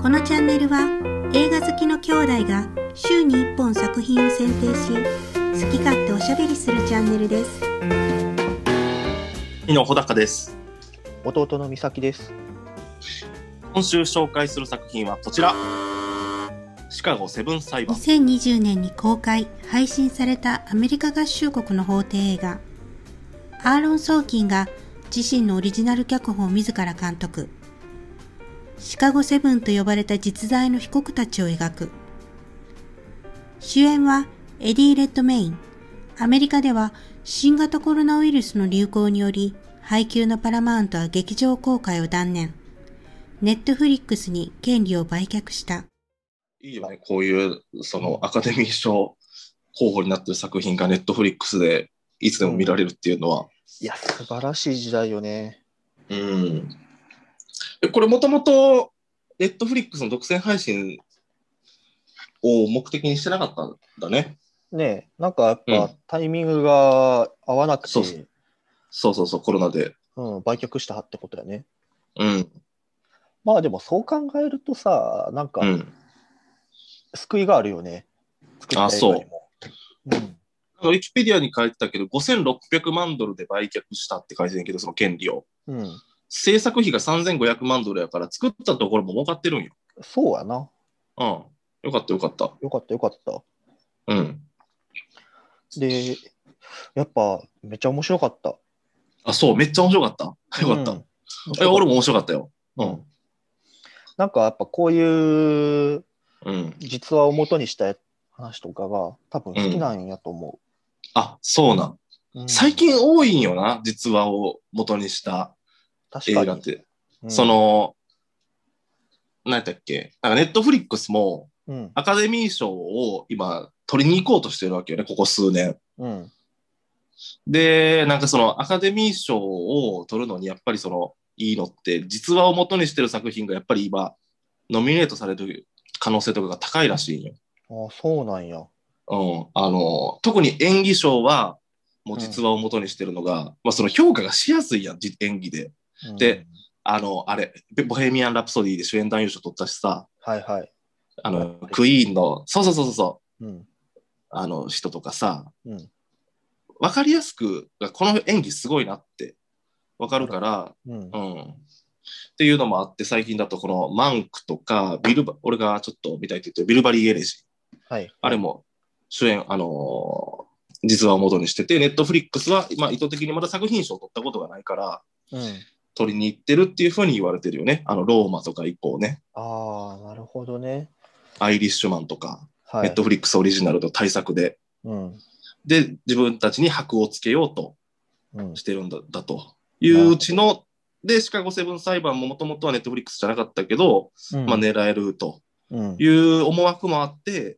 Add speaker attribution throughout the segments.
Speaker 1: このチャンネルは映画好きの兄弟が週に1本作品を選定し好き勝手おしゃべりするチャンネルです
Speaker 2: 日野穂高です
Speaker 3: 弟の美咲です。
Speaker 2: 今週紹介する作品はこちらシカゴセブン裁判
Speaker 1: 2020年に公開配信されたアメリカ合衆国の法廷映画アーロン・ソーキンが自身のオリジナル脚本を自ら監督シカゴセブンと呼ばれた実在の被告たちを描く主演はエディ・レッドメインアメリカでは新型コロナウイルスの流行により配給のパラマウントは劇場公開を断念ネットフリックスに権利を売却した
Speaker 2: いいよねこういうそのアカデミー賞候補になってる作品がネットフリックスでいつでも見られるっていうのは、
Speaker 3: いや、素晴らしい時代よね。
Speaker 2: うん、えこれもともとネットフリックスの独占配信を目的にしてなかったんだね
Speaker 3: ねえ、なんかやっぱ、
Speaker 2: う
Speaker 3: タイミングが合わなくて、
Speaker 2: そううそそうそうそうコロナで
Speaker 3: ん、売却したってことだよね。
Speaker 2: うん
Speaker 3: まあでもそう考えるとさ、なんか
Speaker 2: うん
Speaker 3: 救いがあるよね。作
Speaker 2: あそう
Speaker 3: も。うん、
Speaker 2: ウィキペディアに書いてたけど5600万ドルで売却したって書いてるけどその権利を
Speaker 3: うん、
Speaker 2: 制作費が3500万ドルやから作ったところも儲かってるんよ。
Speaker 3: そうやな。
Speaker 2: うん。よかったよかった。
Speaker 3: よかったよかった。
Speaker 2: うん。
Speaker 3: で、やっぱめっちゃ面白かった。
Speaker 2: あ、そう、めっちゃ面白かった。よかった。
Speaker 3: うん
Speaker 2: え、俺も面白かったよ。うん。
Speaker 3: なんかやっぱこういう
Speaker 2: うん。
Speaker 3: 実話を元にした話とかが多分好きなんやと思
Speaker 2: あ、そうなん。
Speaker 3: う。うん
Speaker 2: 最近多いんよな、実話を元にした
Speaker 3: 確
Speaker 2: 映
Speaker 3: かに
Speaker 2: 画って。
Speaker 3: うん
Speaker 2: その、何やったっけなんかネットフリックスも
Speaker 3: うん
Speaker 2: アカデミー賞を今取りに行こうとしてるわけよね、ここ数年。
Speaker 3: うん
Speaker 2: で、なんかそのアカデミー賞を取るのにやっぱりそのいいのって実話を元にしてる作品がやっぱり今ノミネートされる可能性とかが高いらしいんよ。
Speaker 3: あそうなんや。
Speaker 2: うん、あの特に演技賞はもう実話を元にしてるのが、まあ、その評価がしやすいやんじ演技で。
Speaker 3: うん
Speaker 2: で、あのあれ「ボヘミアン・ラプソディ」で主演男優賞取ったしさ
Speaker 3: はいはい。
Speaker 2: あの
Speaker 3: はい
Speaker 2: クイーンのそうそうそうそうそう
Speaker 3: うん。
Speaker 2: あの人とかさ
Speaker 3: うん。
Speaker 2: 分かりやすくこの演技すごいなって分かるから
Speaker 3: う
Speaker 2: う。
Speaker 3: ん
Speaker 2: んっていうのもあって、最近だとこのマンクとか、ビルバ、俺がちょっと見たいって言ってるビルバリーエレジー。
Speaker 3: はい。
Speaker 2: あれも主演、あのー実話を元にしてて、ネットフリックスは、まあ、意図的にまだ作品賞を取ったことがないから、
Speaker 3: うん。
Speaker 2: 取りに行ってるっていうふうに言われてるよね。あの、ローマとか以降ね、
Speaker 3: ああ、なるほどね。
Speaker 2: アイリッシュマンとか、
Speaker 3: は
Speaker 2: ネ
Speaker 3: い。
Speaker 2: ットフリックスオリジナルの対策で。
Speaker 3: うん。
Speaker 2: で、自分たちに箔をつけようと
Speaker 3: うん
Speaker 2: し。てるんだだといううちの、で、シカゴセブン裁判ももともとはネットフリックスじゃなかったけど、
Speaker 3: うん
Speaker 2: まあ、。狙えると。
Speaker 3: うん。
Speaker 2: いう思惑もあって、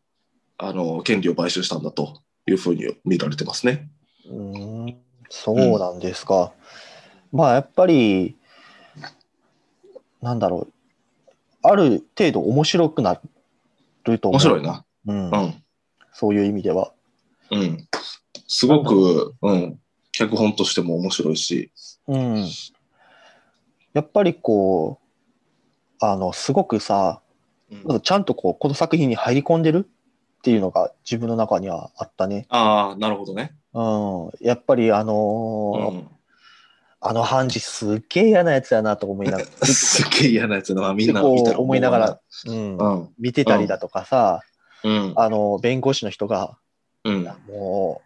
Speaker 2: あの、権利を買収したんだというふうに見られてますね。
Speaker 3: うんそうなんですか。まあ、やっぱり、なんだろう。ある程度面白くなると思
Speaker 2: 面
Speaker 3: う。
Speaker 2: 白いな。
Speaker 3: うん
Speaker 2: う。ん。
Speaker 3: そういう意味では。
Speaker 2: うん。すごく、うん。脚本としても面白いし。
Speaker 3: うん。やっぱりこう、あの、すごくさ、
Speaker 2: うん
Speaker 3: まずちゃんとこう、この作品に入り込んでるっていうのが自分の中にはあったね。
Speaker 2: ああ、なるほどね。
Speaker 3: うん。やっぱりあの
Speaker 2: う
Speaker 3: ー
Speaker 2: ん。
Speaker 3: あの判事すっげえ嫌なやつやなと思いながら、
Speaker 2: すっげえ嫌なやつだな、みんな
Speaker 3: こう
Speaker 2: 見たら
Speaker 3: 思いながら、
Speaker 2: う
Speaker 3: うん、
Speaker 2: ん。
Speaker 3: 見てたりだとかさ、
Speaker 2: うん。
Speaker 3: あの、弁護士の人が、
Speaker 2: うん。うん。
Speaker 3: も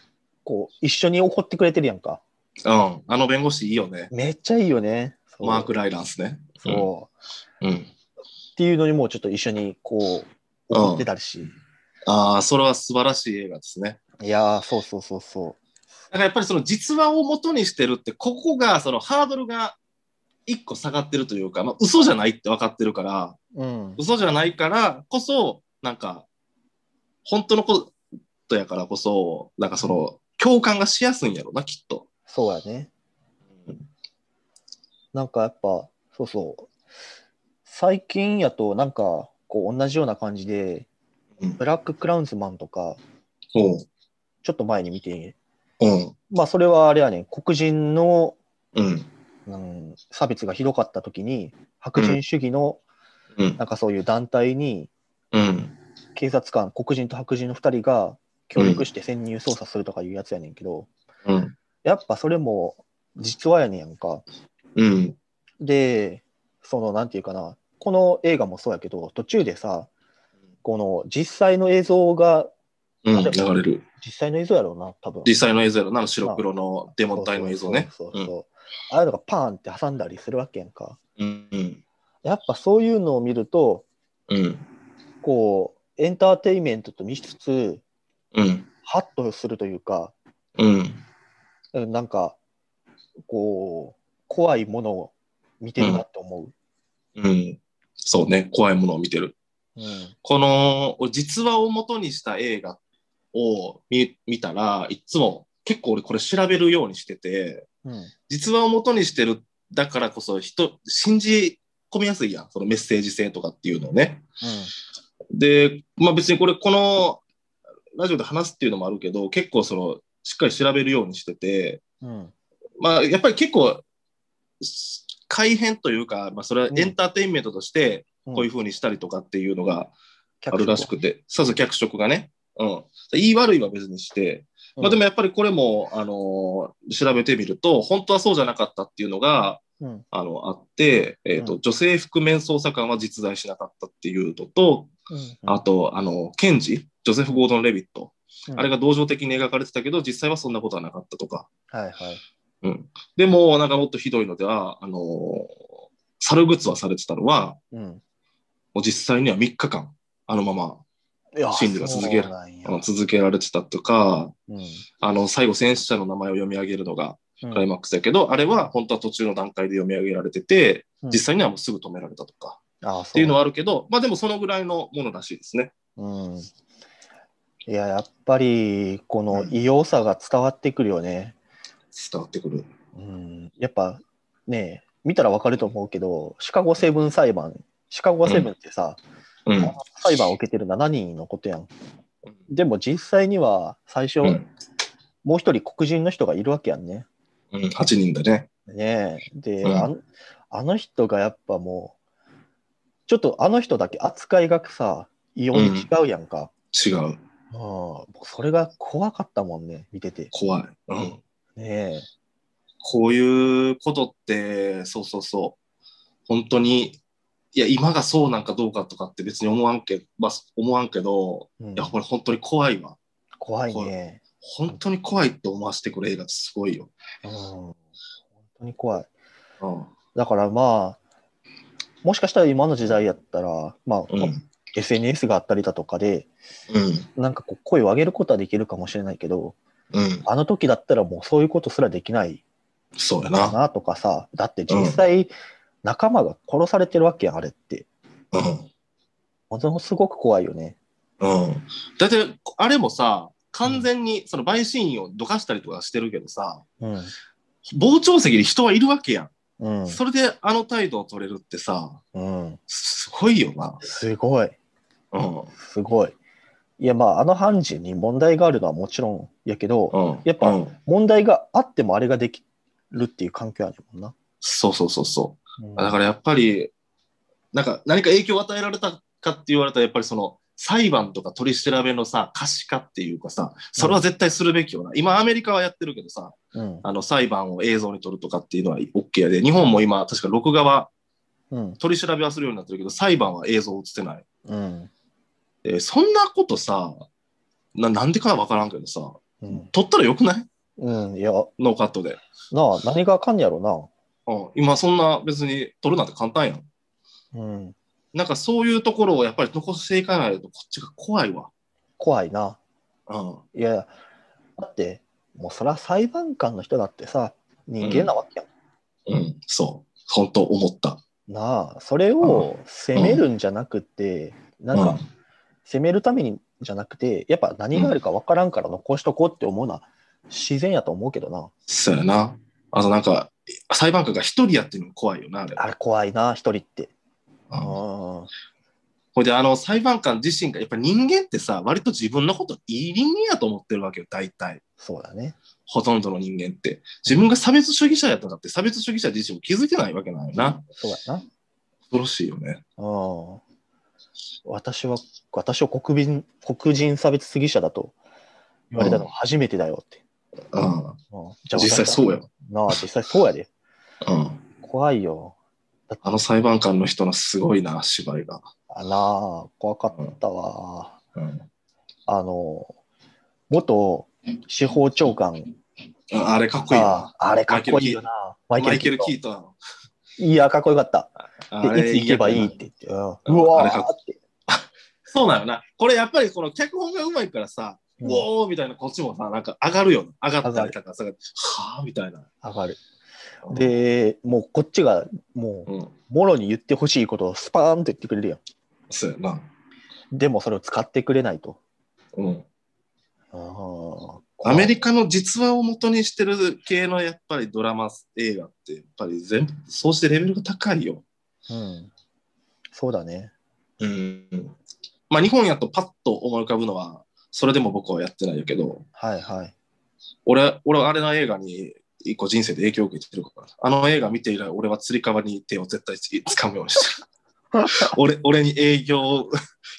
Speaker 3: う、こう、一緒に怒ってくれてるやんか。
Speaker 2: あの弁護士いいよね。
Speaker 3: めっちゃいいよね。そう
Speaker 2: マーク・ライランスね。
Speaker 3: そう。
Speaker 2: うん。うん。
Speaker 3: っていうのにもうちょっと一緒にこう、怒ってたりし。
Speaker 2: ああ、それは素晴らしい映画ですね。
Speaker 3: いやー、そうそうそうそ
Speaker 2: だからやっぱりその実話を元にしてるって、ここがそのハードルが一個下がってるというか、まあ、嘘じゃないって分かってるから、
Speaker 3: う。うん。
Speaker 2: 嘘じゃないからこそ、なんか、本当のことやからこそ、なんかその、共感がしやすいんやろな、きっと。
Speaker 3: そうやね。なんかやっぱ、そうそう。最近やと、なんか、こう、同じような感じで、
Speaker 2: うん
Speaker 3: ブラック・クラウンズマンとか、
Speaker 2: ほ
Speaker 3: ちょっと前に見て、
Speaker 2: う。うん。
Speaker 3: まあ、それはあれやね、黒人の、
Speaker 2: うん。
Speaker 3: うん、差別がひどかった時に、白人主義の
Speaker 2: うん
Speaker 3: なんかそういう団体に
Speaker 2: うん
Speaker 3: 警察官黒人と白人の2人が協力して潜入捜査するとかいうやつやねんけど、
Speaker 2: うん
Speaker 3: やっぱそれも実話やねんやんか。
Speaker 2: うん
Speaker 3: でそのなんていうかなこの映画もそうやけど途中でさこの実際の映像が
Speaker 2: うん流れる
Speaker 3: 実際の映像やろうな多分
Speaker 2: 実際の映像やろなあの白黒のデモ隊の映像ね
Speaker 3: そうそうそうそうああいうのがパーンって挟んだりするわけやんか
Speaker 2: うんうん
Speaker 3: やっぱそういうのを見ると
Speaker 2: うん
Speaker 3: こうエンターテインメントと見つつ
Speaker 2: うん
Speaker 3: ハッとするというか
Speaker 2: うん
Speaker 3: うんなんかこう怖いものを見てるなって思う、
Speaker 2: うんそうね怖いものを見てる
Speaker 3: うん
Speaker 2: この実話を元にした映画を見見たらいつも結構俺これ調べるようにしてて
Speaker 3: うん
Speaker 2: 実話を元にしてるだからこそ人信じ込みやすいやんそのメッセージ性とかっていうのをね。で、まあ、別にこれこのラジオで話すっていうのもあるけど結構そのしっかり調べるようにしてて、
Speaker 3: うんうん
Speaker 2: まあ、やっぱり結構し改変というか、まあ、それはエンターテインメントとしてこういうふうにしたりとかっていうのがあるらしくて、さぞ脚色がね。うん。言い悪いは別にして、まあでもやっぱりこれも、あのー調べてみると、本当はそうじゃなかったっていうのが、
Speaker 3: うん
Speaker 2: あの、あって、えっ、と、
Speaker 3: う
Speaker 2: 女性覆面捜査官は実在しなかったっていうのと、
Speaker 3: うん
Speaker 2: あと、あの、検事、ジョセフ・ゴードン・レビット、
Speaker 3: うん
Speaker 2: あれが同情的に描かれてたけど、実際はそんなことはなかったとか。
Speaker 3: はいはい
Speaker 2: うん。でも、なんかもっとひどいのでは、あのー猿グッズはされてたのは、
Speaker 3: うん
Speaker 2: もう実際には3日間、あのまま
Speaker 3: いや
Speaker 2: 真理が続ける
Speaker 3: そうなんや
Speaker 2: あの続けられてたとか、
Speaker 3: うん
Speaker 2: あの、最後戦死者の名前を読み上げるのが
Speaker 3: うん
Speaker 2: クライマックスやけど、あれは本当は途中の段階で読み上げられてて、
Speaker 3: うん
Speaker 2: 実際にはもうすぐ止められたとか、
Speaker 3: ああ
Speaker 2: っ
Speaker 3: そ
Speaker 2: ていうの
Speaker 3: は、
Speaker 2: はあるけど、まあでもそのぐらいのものらしいですね。
Speaker 3: うん、いややっぱりこの異様さが伝わってくるよね、
Speaker 2: 伝わってくる。
Speaker 3: うん、やっぱね見たらわかると思うけどシカゴセブン裁判シカゴセブンってさ、
Speaker 2: うん。
Speaker 3: 裁判を受けてる7人のことやんでも実際には最初、
Speaker 2: うん
Speaker 3: もう一人黒人の人がいるわけやんね
Speaker 2: うん、8人だね。
Speaker 3: ねえで、
Speaker 2: うん
Speaker 3: あんあの人がやっぱもうちょっとあの人だけ扱いがさ異様に違うやんか、
Speaker 2: 違う。
Speaker 3: ああ僕それが怖かったもんね、見てて。
Speaker 2: 怖い。うん。
Speaker 3: ねえ。
Speaker 2: こういうことって、そうそうそう。本当に、いや、今がそうなんかどうかとかって別に思わんけ,、まあ、思わんけど、
Speaker 3: うん
Speaker 2: いや、これ本当に怖いわ。
Speaker 3: 怖いね。
Speaker 2: 本当に怖いって思わせてくれ映画ってすごいよ。
Speaker 3: うん。本当に怖い。
Speaker 2: うん。
Speaker 3: だからまあ、もしかしたら今の時代やったら、まあ、
Speaker 2: うん。
Speaker 3: SNS があったりだとかで、
Speaker 2: うん。
Speaker 3: なんかこう声を上げることはできるかもしれないけど、
Speaker 2: うん。
Speaker 3: あの時だったらもうそういうことすらできない
Speaker 2: そうやな。
Speaker 3: かなとかさ、だって実際仲間が殺されてるわけやん、あれって。
Speaker 2: うん。
Speaker 3: ものすごく怖いよね。
Speaker 2: うん。だって、あれもさ、完全にその陪審員をどかしたりとかしてるけどさ、
Speaker 3: うん。
Speaker 2: 傍聴席に人はいるわけやん。
Speaker 3: うん。
Speaker 2: それであの態度を取れるってさ、
Speaker 3: うん。
Speaker 2: すごいよな。
Speaker 3: すごい。
Speaker 2: うん。
Speaker 3: すごい。いや、まあ、あの判事に問題があるのはもちろんやけど、
Speaker 2: うん。
Speaker 3: やっぱ
Speaker 2: うん
Speaker 3: 問題があってもあれができるっていう環境やねんもんな。
Speaker 2: そうそうそうそうう。
Speaker 3: ん
Speaker 2: だからやっぱり、なんか何か影響を与えられたかって言われたら、やっぱりその裁判とか取り調べのさ、可視化っていうかさ、それは絶対するべきよな。今アメリカはやってるけどさ、
Speaker 3: うん。
Speaker 2: あの裁判を映像に撮るとかっていうのは OK やで、日本も今確か録画は
Speaker 3: うん。
Speaker 2: 取り調べはするようになってるけど、裁判は映像を映せない。
Speaker 3: うん。
Speaker 2: えーそんなことさ、ななんでかは分からんけどさ、
Speaker 3: うん。
Speaker 2: 撮ったらよくない
Speaker 3: うん。いや、
Speaker 2: ノーカットで。
Speaker 3: なあ、何があかんやろ
Speaker 2: うん、今そんな別に撮るなんて簡単やん。
Speaker 3: な。うん。
Speaker 2: なんかそういうところをやっぱり残していかないとこっちが怖いわ。
Speaker 3: 怖いな。
Speaker 2: うん。
Speaker 3: いや、だって、もうそりゃ裁判官の人だってさ、人間なわけやん。
Speaker 2: うん。そう。本当思った。
Speaker 3: なあ、それを責めるんじゃなくて、なんか、攻めるためにじゃなくてやっぱ何があるか分からんから残しとこうって思うのは自然やと思うけどな
Speaker 2: そうやな。あとなんか、裁判官が一人やってるのも怖いよな、あれ。
Speaker 3: あれ怖いな一人って
Speaker 2: う
Speaker 3: うんん
Speaker 2: ほいで、あの、裁判官自身が、やっぱり人間ってさ、割と自分のこといい人間やと思ってるわけよ、大体。
Speaker 3: そうだね
Speaker 2: ほとんどの人間って。自分が差別主義者やったかって、差別主義者自身も気づいてないわけなんよな。
Speaker 3: そうやな
Speaker 2: 恐ろしいよね。
Speaker 3: うん、私は、私を黒人黒人差別主義者だと言われたのは初めてだよって。
Speaker 2: うん。
Speaker 3: うんじゃあ
Speaker 2: 実際そうや。
Speaker 3: なあ、実際そうやで。
Speaker 2: うん。
Speaker 3: 怖いよ。
Speaker 2: あの裁判官の人のすごいな、芝居が。
Speaker 3: あなあ、怖かったわ。
Speaker 2: うん。
Speaker 3: あの、元司法長官
Speaker 2: ああれかっこいい
Speaker 3: が
Speaker 2: な。、
Speaker 3: あれかっこいいよな。
Speaker 2: マ
Speaker 3: マイケル・
Speaker 2: イ
Speaker 3: キ
Speaker 2: ケル・
Speaker 3: ー
Speaker 2: キ
Speaker 3: ト
Speaker 2: ートン。
Speaker 3: ン。いや、かっこよかった。
Speaker 2: あ
Speaker 3: で
Speaker 2: れ
Speaker 3: いつ行けばいいって言って。うん
Speaker 2: ん
Speaker 3: う
Speaker 2: あ
Speaker 3: わ
Speaker 2: れ
Speaker 3: ー
Speaker 2: かっ
Speaker 3: って。
Speaker 2: そうなのな。これやっぱりこの脚本がうまいからさ、う
Speaker 3: うん
Speaker 2: おーみたいなこっちもさ、なんか上がるよな。上がったりとかさ、はあみたいな。
Speaker 3: 上がる。で、もうこっちが、も
Speaker 2: うん、
Speaker 3: う、もろに言ってほしいことをスパーンと言ってくれるやん。
Speaker 2: そうやな。
Speaker 3: でもそれを使ってくれないと。
Speaker 2: うん、
Speaker 3: あー
Speaker 2: アメリカの実話を元にしてる系のやっぱりドラマ、映画って、やっぱり全部、そうしてレベルが高いよ。
Speaker 3: うん。そうだね。
Speaker 2: うん。まあ日本やとパッと思い浮かぶのは、それでも僕はやってないけど、
Speaker 3: はいはい。
Speaker 2: 俺、俺はあれの映画に一個人生で影響を受けてるから、あの映画見て以来、俺はつり革に手を絶対掴むように してる。俺、俺に影響を、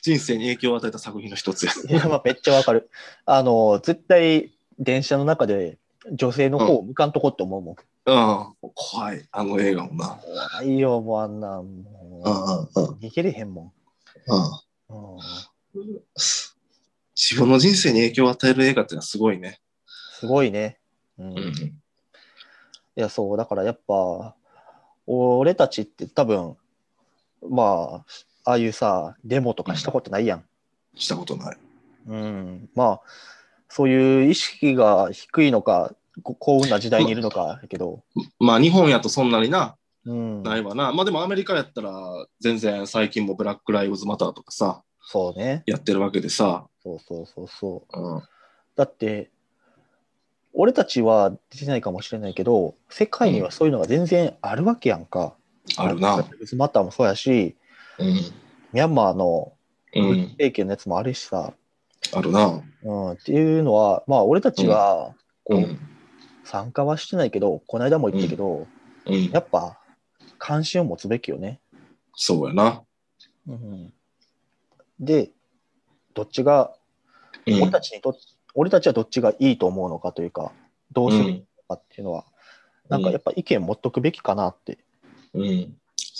Speaker 2: 人生に影響を与えた作品の一つや。
Speaker 3: いや、まあ、めっちゃわかる。あの、絶対、電車の中で女性の方を向かんとこって思うもん。
Speaker 2: うん。怖い、あの映画もな。
Speaker 3: 怖いよ、もうあんな、も
Speaker 2: うんうんうん
Speaker 3: う、逃げれへんも
Speaker 2: うん。
Speaker 3: ん。うん、
Speaker 2: 自分の人生に影響を与える映画ってのはすごいね。
Speaker 3: すごいね。うん。いや、そう、だからやっぱ、俺たちって多分、まあ、ああいうさ、デモとかしたことないやん。
Speaker 2: したことない。
Speaker 3: うん、まあそういう意識が低いのかこ幸運な時代にいるのかやけど、
Speaker 2: まあ日本やとそんなにな、
Speaker 3: うん、
Speaker 2: ないわな。まあでもアメリカやったら全然最近もブラック・ライブズ・マターとかさ、
Speaker 3: そうね
Speaker 2: やってるわけでさ。
Speaker 3: そうそうそうそう
Speaker 2: うん。
Speaker 3: だって俺たちはできないかもしれないけど世界にはそういうのが全然あるわけやんか、
Speaker 2: あるな。
Speaker 3: ウズマターもそうやし
Speaker 2: うん。
Speaker 3: ミャンマーの
Speaker 2: うん。
Speaker 3: 政権のやつもあるしさ、
Speaker 2: あるな。
Speaker 3: うんっていうのはまあ俺たちはこう、
Speaker 2: うん。
Speaker 3: 参加はしてないけどこの間も言ったけど、
Speaker 2: うん
Speaker 3: や。っぱ関心を持つべきよね。
Speaker 2: そうやな。
Speaker 3: うんで、どっちが、
Speaker 2: うん
Speaker 3: 俺たちにとっ、俺たちはどっちがいいと思うのかというか、どうするのかっていうのは、
Speaker 2: うん
Speaker 3: なんかやっぱ意見持っとくべきかなって。
Speaker 2: うん。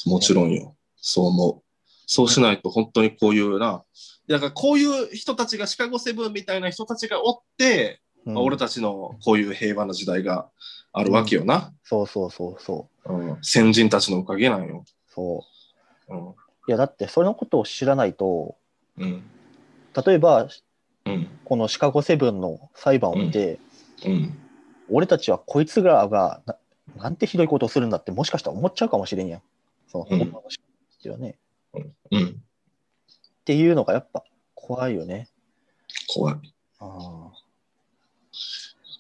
Speaker 2: もちろんよ。そう思う。そうしないと本当にこういうな。だからこういう人たちがシカゴセブンみたいな人たちがおって、
Speaker 3: うん
Speaker 2: まあ俺たちのこういう平和な時代があるわけよな。
Speaker 3: そうそうそうそう。
Speaker 2: うん先人たちのおかげなんよ。
Speaker 3: そう
Speaker 2: うん。
Speaker 3: いや、だってそれのことを知らないと、
Speaker 2: うん。
Speaker 3: 例えば、
Speaker 2: うん。
Speaker 3: このシカゴセブンの裁判を見て、
Speaker 2: うん。
Speaker 3: 俺たちはこいつらがななんてひどいことをするんだって、もしかしたら思っちゃうかもしれんやん。その、
Speaker 2: うん
Speaker 3: 本場のシカゴっていうのはね。
Speaker 2: うん。
Speaker 3: っていうのがやっぱ怖いよね。
Speaker 2: 怖い。
Speaker 3: あー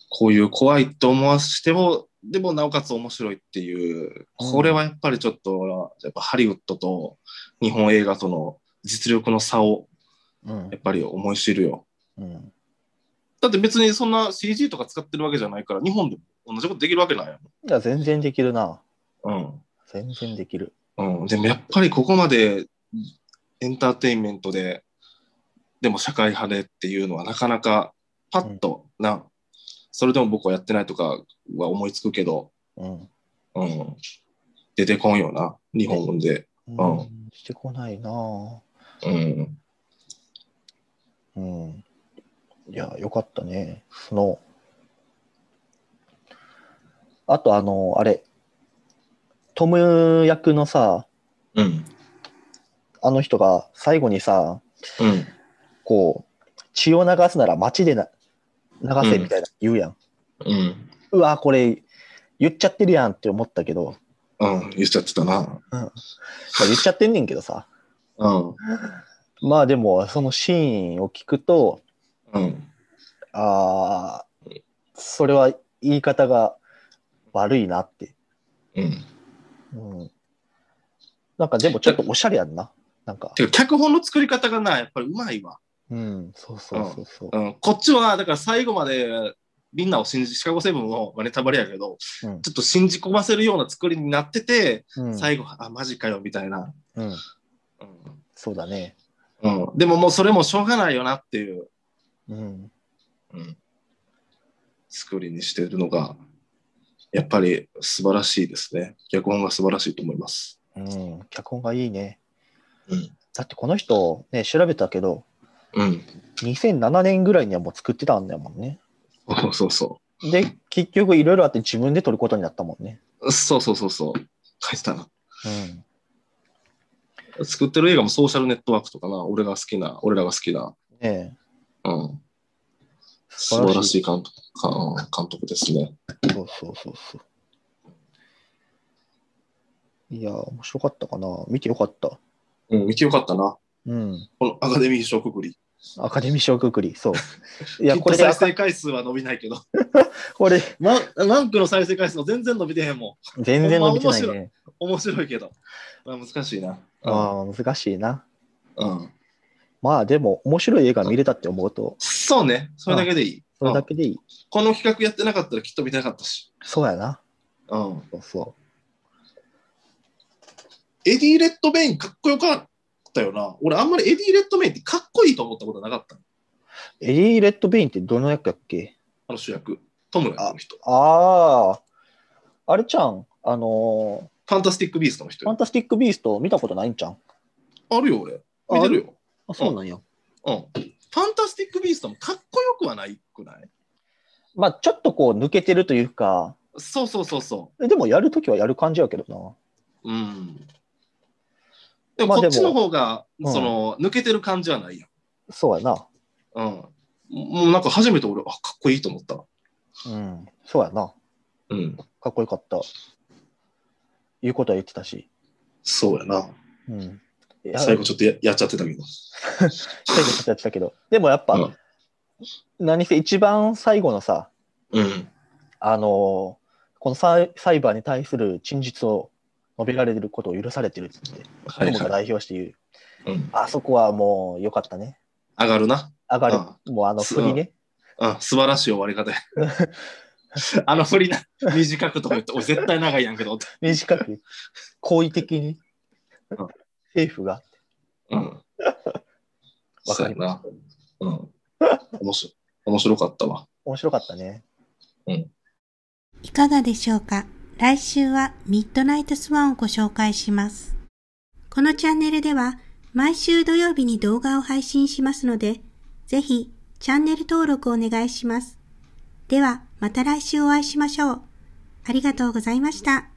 Speaker 2: こういう怖いと思わせても、でもなおかつ面白いっていう、これはやっぱりちょっと、やっぱハリウッドと日本映画との実力の差を
Speaker 3: うん
Speaker 2: やっぱり思い知るよ。
Speaker 3: うん
Speaker 2: だって別にそんな CG とか使ってるわけじゃないから、日本でも同じことできるわけないや
Speaker 3: いや、全然できるな。
Speaker 2: ん。
Speaker 3: 全然できる。
Speaker 2: うん。うん。でもやっぱりここまでエンターテインメントで、でも社会派でっていうのはなかなかパッとな、それでも僕はやってないとかは思いつくけど、
Speaker 3: うん。
Speaker 2: うん。出てこんよな、日本で。ん
Speaker 3: うんしてこないな。
Speaker 2: うん。
Speaker 3: うん。いや、よかったね。その、あと、あの、あれ、トム役のさ、
Speaker 2: うん。
Speaker 3: あの人が最後にさ、
Speaker 2: うん。
Speaker 3: こう、血を流すなら街でな流せみたいな言うやん。
Speaker 2: うん。
Speaker 3: うわ、これ、言っちゃってるやんって思ったけど、
Speaker 2: うん。言っちゃってたな。
Speaker 3: まあ、言っちゃってんねんけどさ。
Speaker 2: うん。
Speaker 3: まあでも、そのシーンを聞くと、
Speaker 2: うん。
Speaker 3: ああ、それは言い方が悪いなって。
Speaker 2: うん。
Speaker 3: うん。なんかでもちょっとおしゃれやんな。なんか。
Speaker 2: てか、脚本の作り方がな、やっぱりうまいわ。
Speaker 3: うん、そうそうそうそう。
Speaker 2: うん。こっちは、だから最後までみんなを信じ、シカゴセブンをまあネタバレやけど、
Speaker 3: うん
Speaker 2: ちょっと信じ込ませるような作りになってて、
Speaker 3: うん
Speaker 2: 最後、あ、マジかよ、みたいな。
Speaker 3: うん、
Speaker 2: うん
Speaker 3: そうだね。
Speaker 2: うん、でももうそれもしょうがないよなっていう、
Speaker 3: うん、
Speaker 2: うん、作りにしてるのが、やっぱり素晴らしいですね。脚本が素晴らしいと思います。
Speaker 3: うん、脚本がいいね。
Speaker 2: うん。
Speaker 3: だってこの人、ね、調べたけど、
Speaker 2: うん。
Speaker 3: 2007年ぐらいにはもう作ってたんだもんね。
Speaker 2: そうそうそ
Speaker 3: で、結局いろいろあって自分で撮ることになったもんね。
Speaker 2: う。そうそうそうそう。書いてたな。
Speaker 3: うん。
Speaker 2: 作ってる映画もソーシャルネットワークとかな、俺が好きな、俺らが好きな、
Speaker 3: ねえ
Speaker 2: うん。素
Speaker 3: 素晴
Speaker 2: 晴
Speaker 3: らしい
Speaker 2: らしい監督かうん監督ですね。
Speaker 3: そうそうそうそう。いや、面白かったかな。見てよかった。
Speaker 2: うん、見てよかったな。
Speaker 3: うん。
Speaker 2: このアカデミー賞くくり。
Speaker 3: アカデミー賞くくり、 そう。い
Speaker 2: い
Speaker 3: や、
Speaker 2: や、
Speaker 3: こ
Speaker 2: これ
Speaker 3: れで
Speaker 2: 再生
Speaker 3: アカ、
Speaker 2: 回数は伸びないけど。
Speaker 3: これ、
Speaker 2: マンマンクの再生回数の全然伸びてへんもん。
Speaker 3: 全然伸びてないね。
Speaker 2: 面白いけど、まあ、難しいな。
Speaker 3: ああ、難しいな。
Speaker 2: うん、
Speaker 3: まあ、でも、面白い映画見れたって思うと、
Speaker 2: そうね、それだけでいい。
Speaker 3: それだ
Speaker 2: うん
Speaker 3: けでいい。
Speaker 2: この企画やってなかったらきっと見たかったし。
Speaker 3: そうやな。
Speaker 2: うん、
Speaker 3: そうそ
Speaker 2: エディ・レッドベインかっこよかったよな。俺あんまりエディ・レッドベインってかっこいいと思ったことなかった。
Speaker 3: う。エリー・レッド・ベインってどの役やっけ
Speaker 2: あの主役、トムがやってる人。
Speaker 3: ああ、あれちゃん、あの
Speaker 2: ファンタスティック・ビーストの人
Speaker 3: ーファ
Speaker 2: よ
Speaker 3: ンタスティック・ビースト見たことないんちゃん
Speaker 2: あるよ、俺。見てるよ。
Speaker 3: あ、そうなんや。
Speaker 2: うん。ファンタスティック・ビーストもかっこよくはないくない
Speaker 3: まあ、ちょっとこう、抜けてるというか、
Speaker 2: そうそうそうそ
Speaker 3: でも、やるときはやる感じやけどな。
Speaker 2: う。うん。でも
Speaker 3: まあ
Speaker 2: こ
Speaker 3: で
Speaker 2: っ
Speaker 3: も
Speaker 2: ちの方が、
Speaker 3: うん
Speaker 2: その、抜けてる感じはないやん
Speaker 3: そうやな。
Speaker 2: うん。もうなんか初めて俺、あ、かっこいいと思った。
Speaker 3: うん、そうやな。
Speaker 2: うん。
Speaker 3: かっこよかった。いうことは言ってたし。
Speaker 2: そうやな。
Speaker 3: うん。いや
Speaker 2: 最後ちょっとややっちゃってたけど。
Speaker 3: 最後ちょっとやってたけど。でもやっぱ、
Speaker 2: うん
Speaker 3: 何せ一番最後のさ、
Speaker 2: うん。
Speaker 3: あのーこの裁裁判に対する陳述を述べられることを許されてるって、
Speaker 2: はい
Speaker 3: トムが
Speaker 2: は
Speaker 3: 代表して言う。
Speaker 2: い。うん、
Speaker 3: あそこはもう良かったね。
Speaker 2: 上がるな。
Speaker 3: 上がる。もうあの振りね。
Speaker 2: うん。素晴らしい終わり方や。 あの振りな、短くとか言って、おい絶対長いやんけどって。
Speaker 3: 短く、好意的に
Speaker 2: うん。
Speaker 3: 政府が。
Speaker 2: うん。
Speaker 3: わかり
Speaker 2: ました。うん。面白い面白かったわ。
Speaker 3: 面白かったね。
Speaker 1: いかがでしょうか来週はミッドナイトスワンをご紹介します。このチャンネルでは毎週土曜日に動画を配信しますので、ぜひチャンネル登録お願いします。ではまた来週お会いしましょう。ありがとうございました。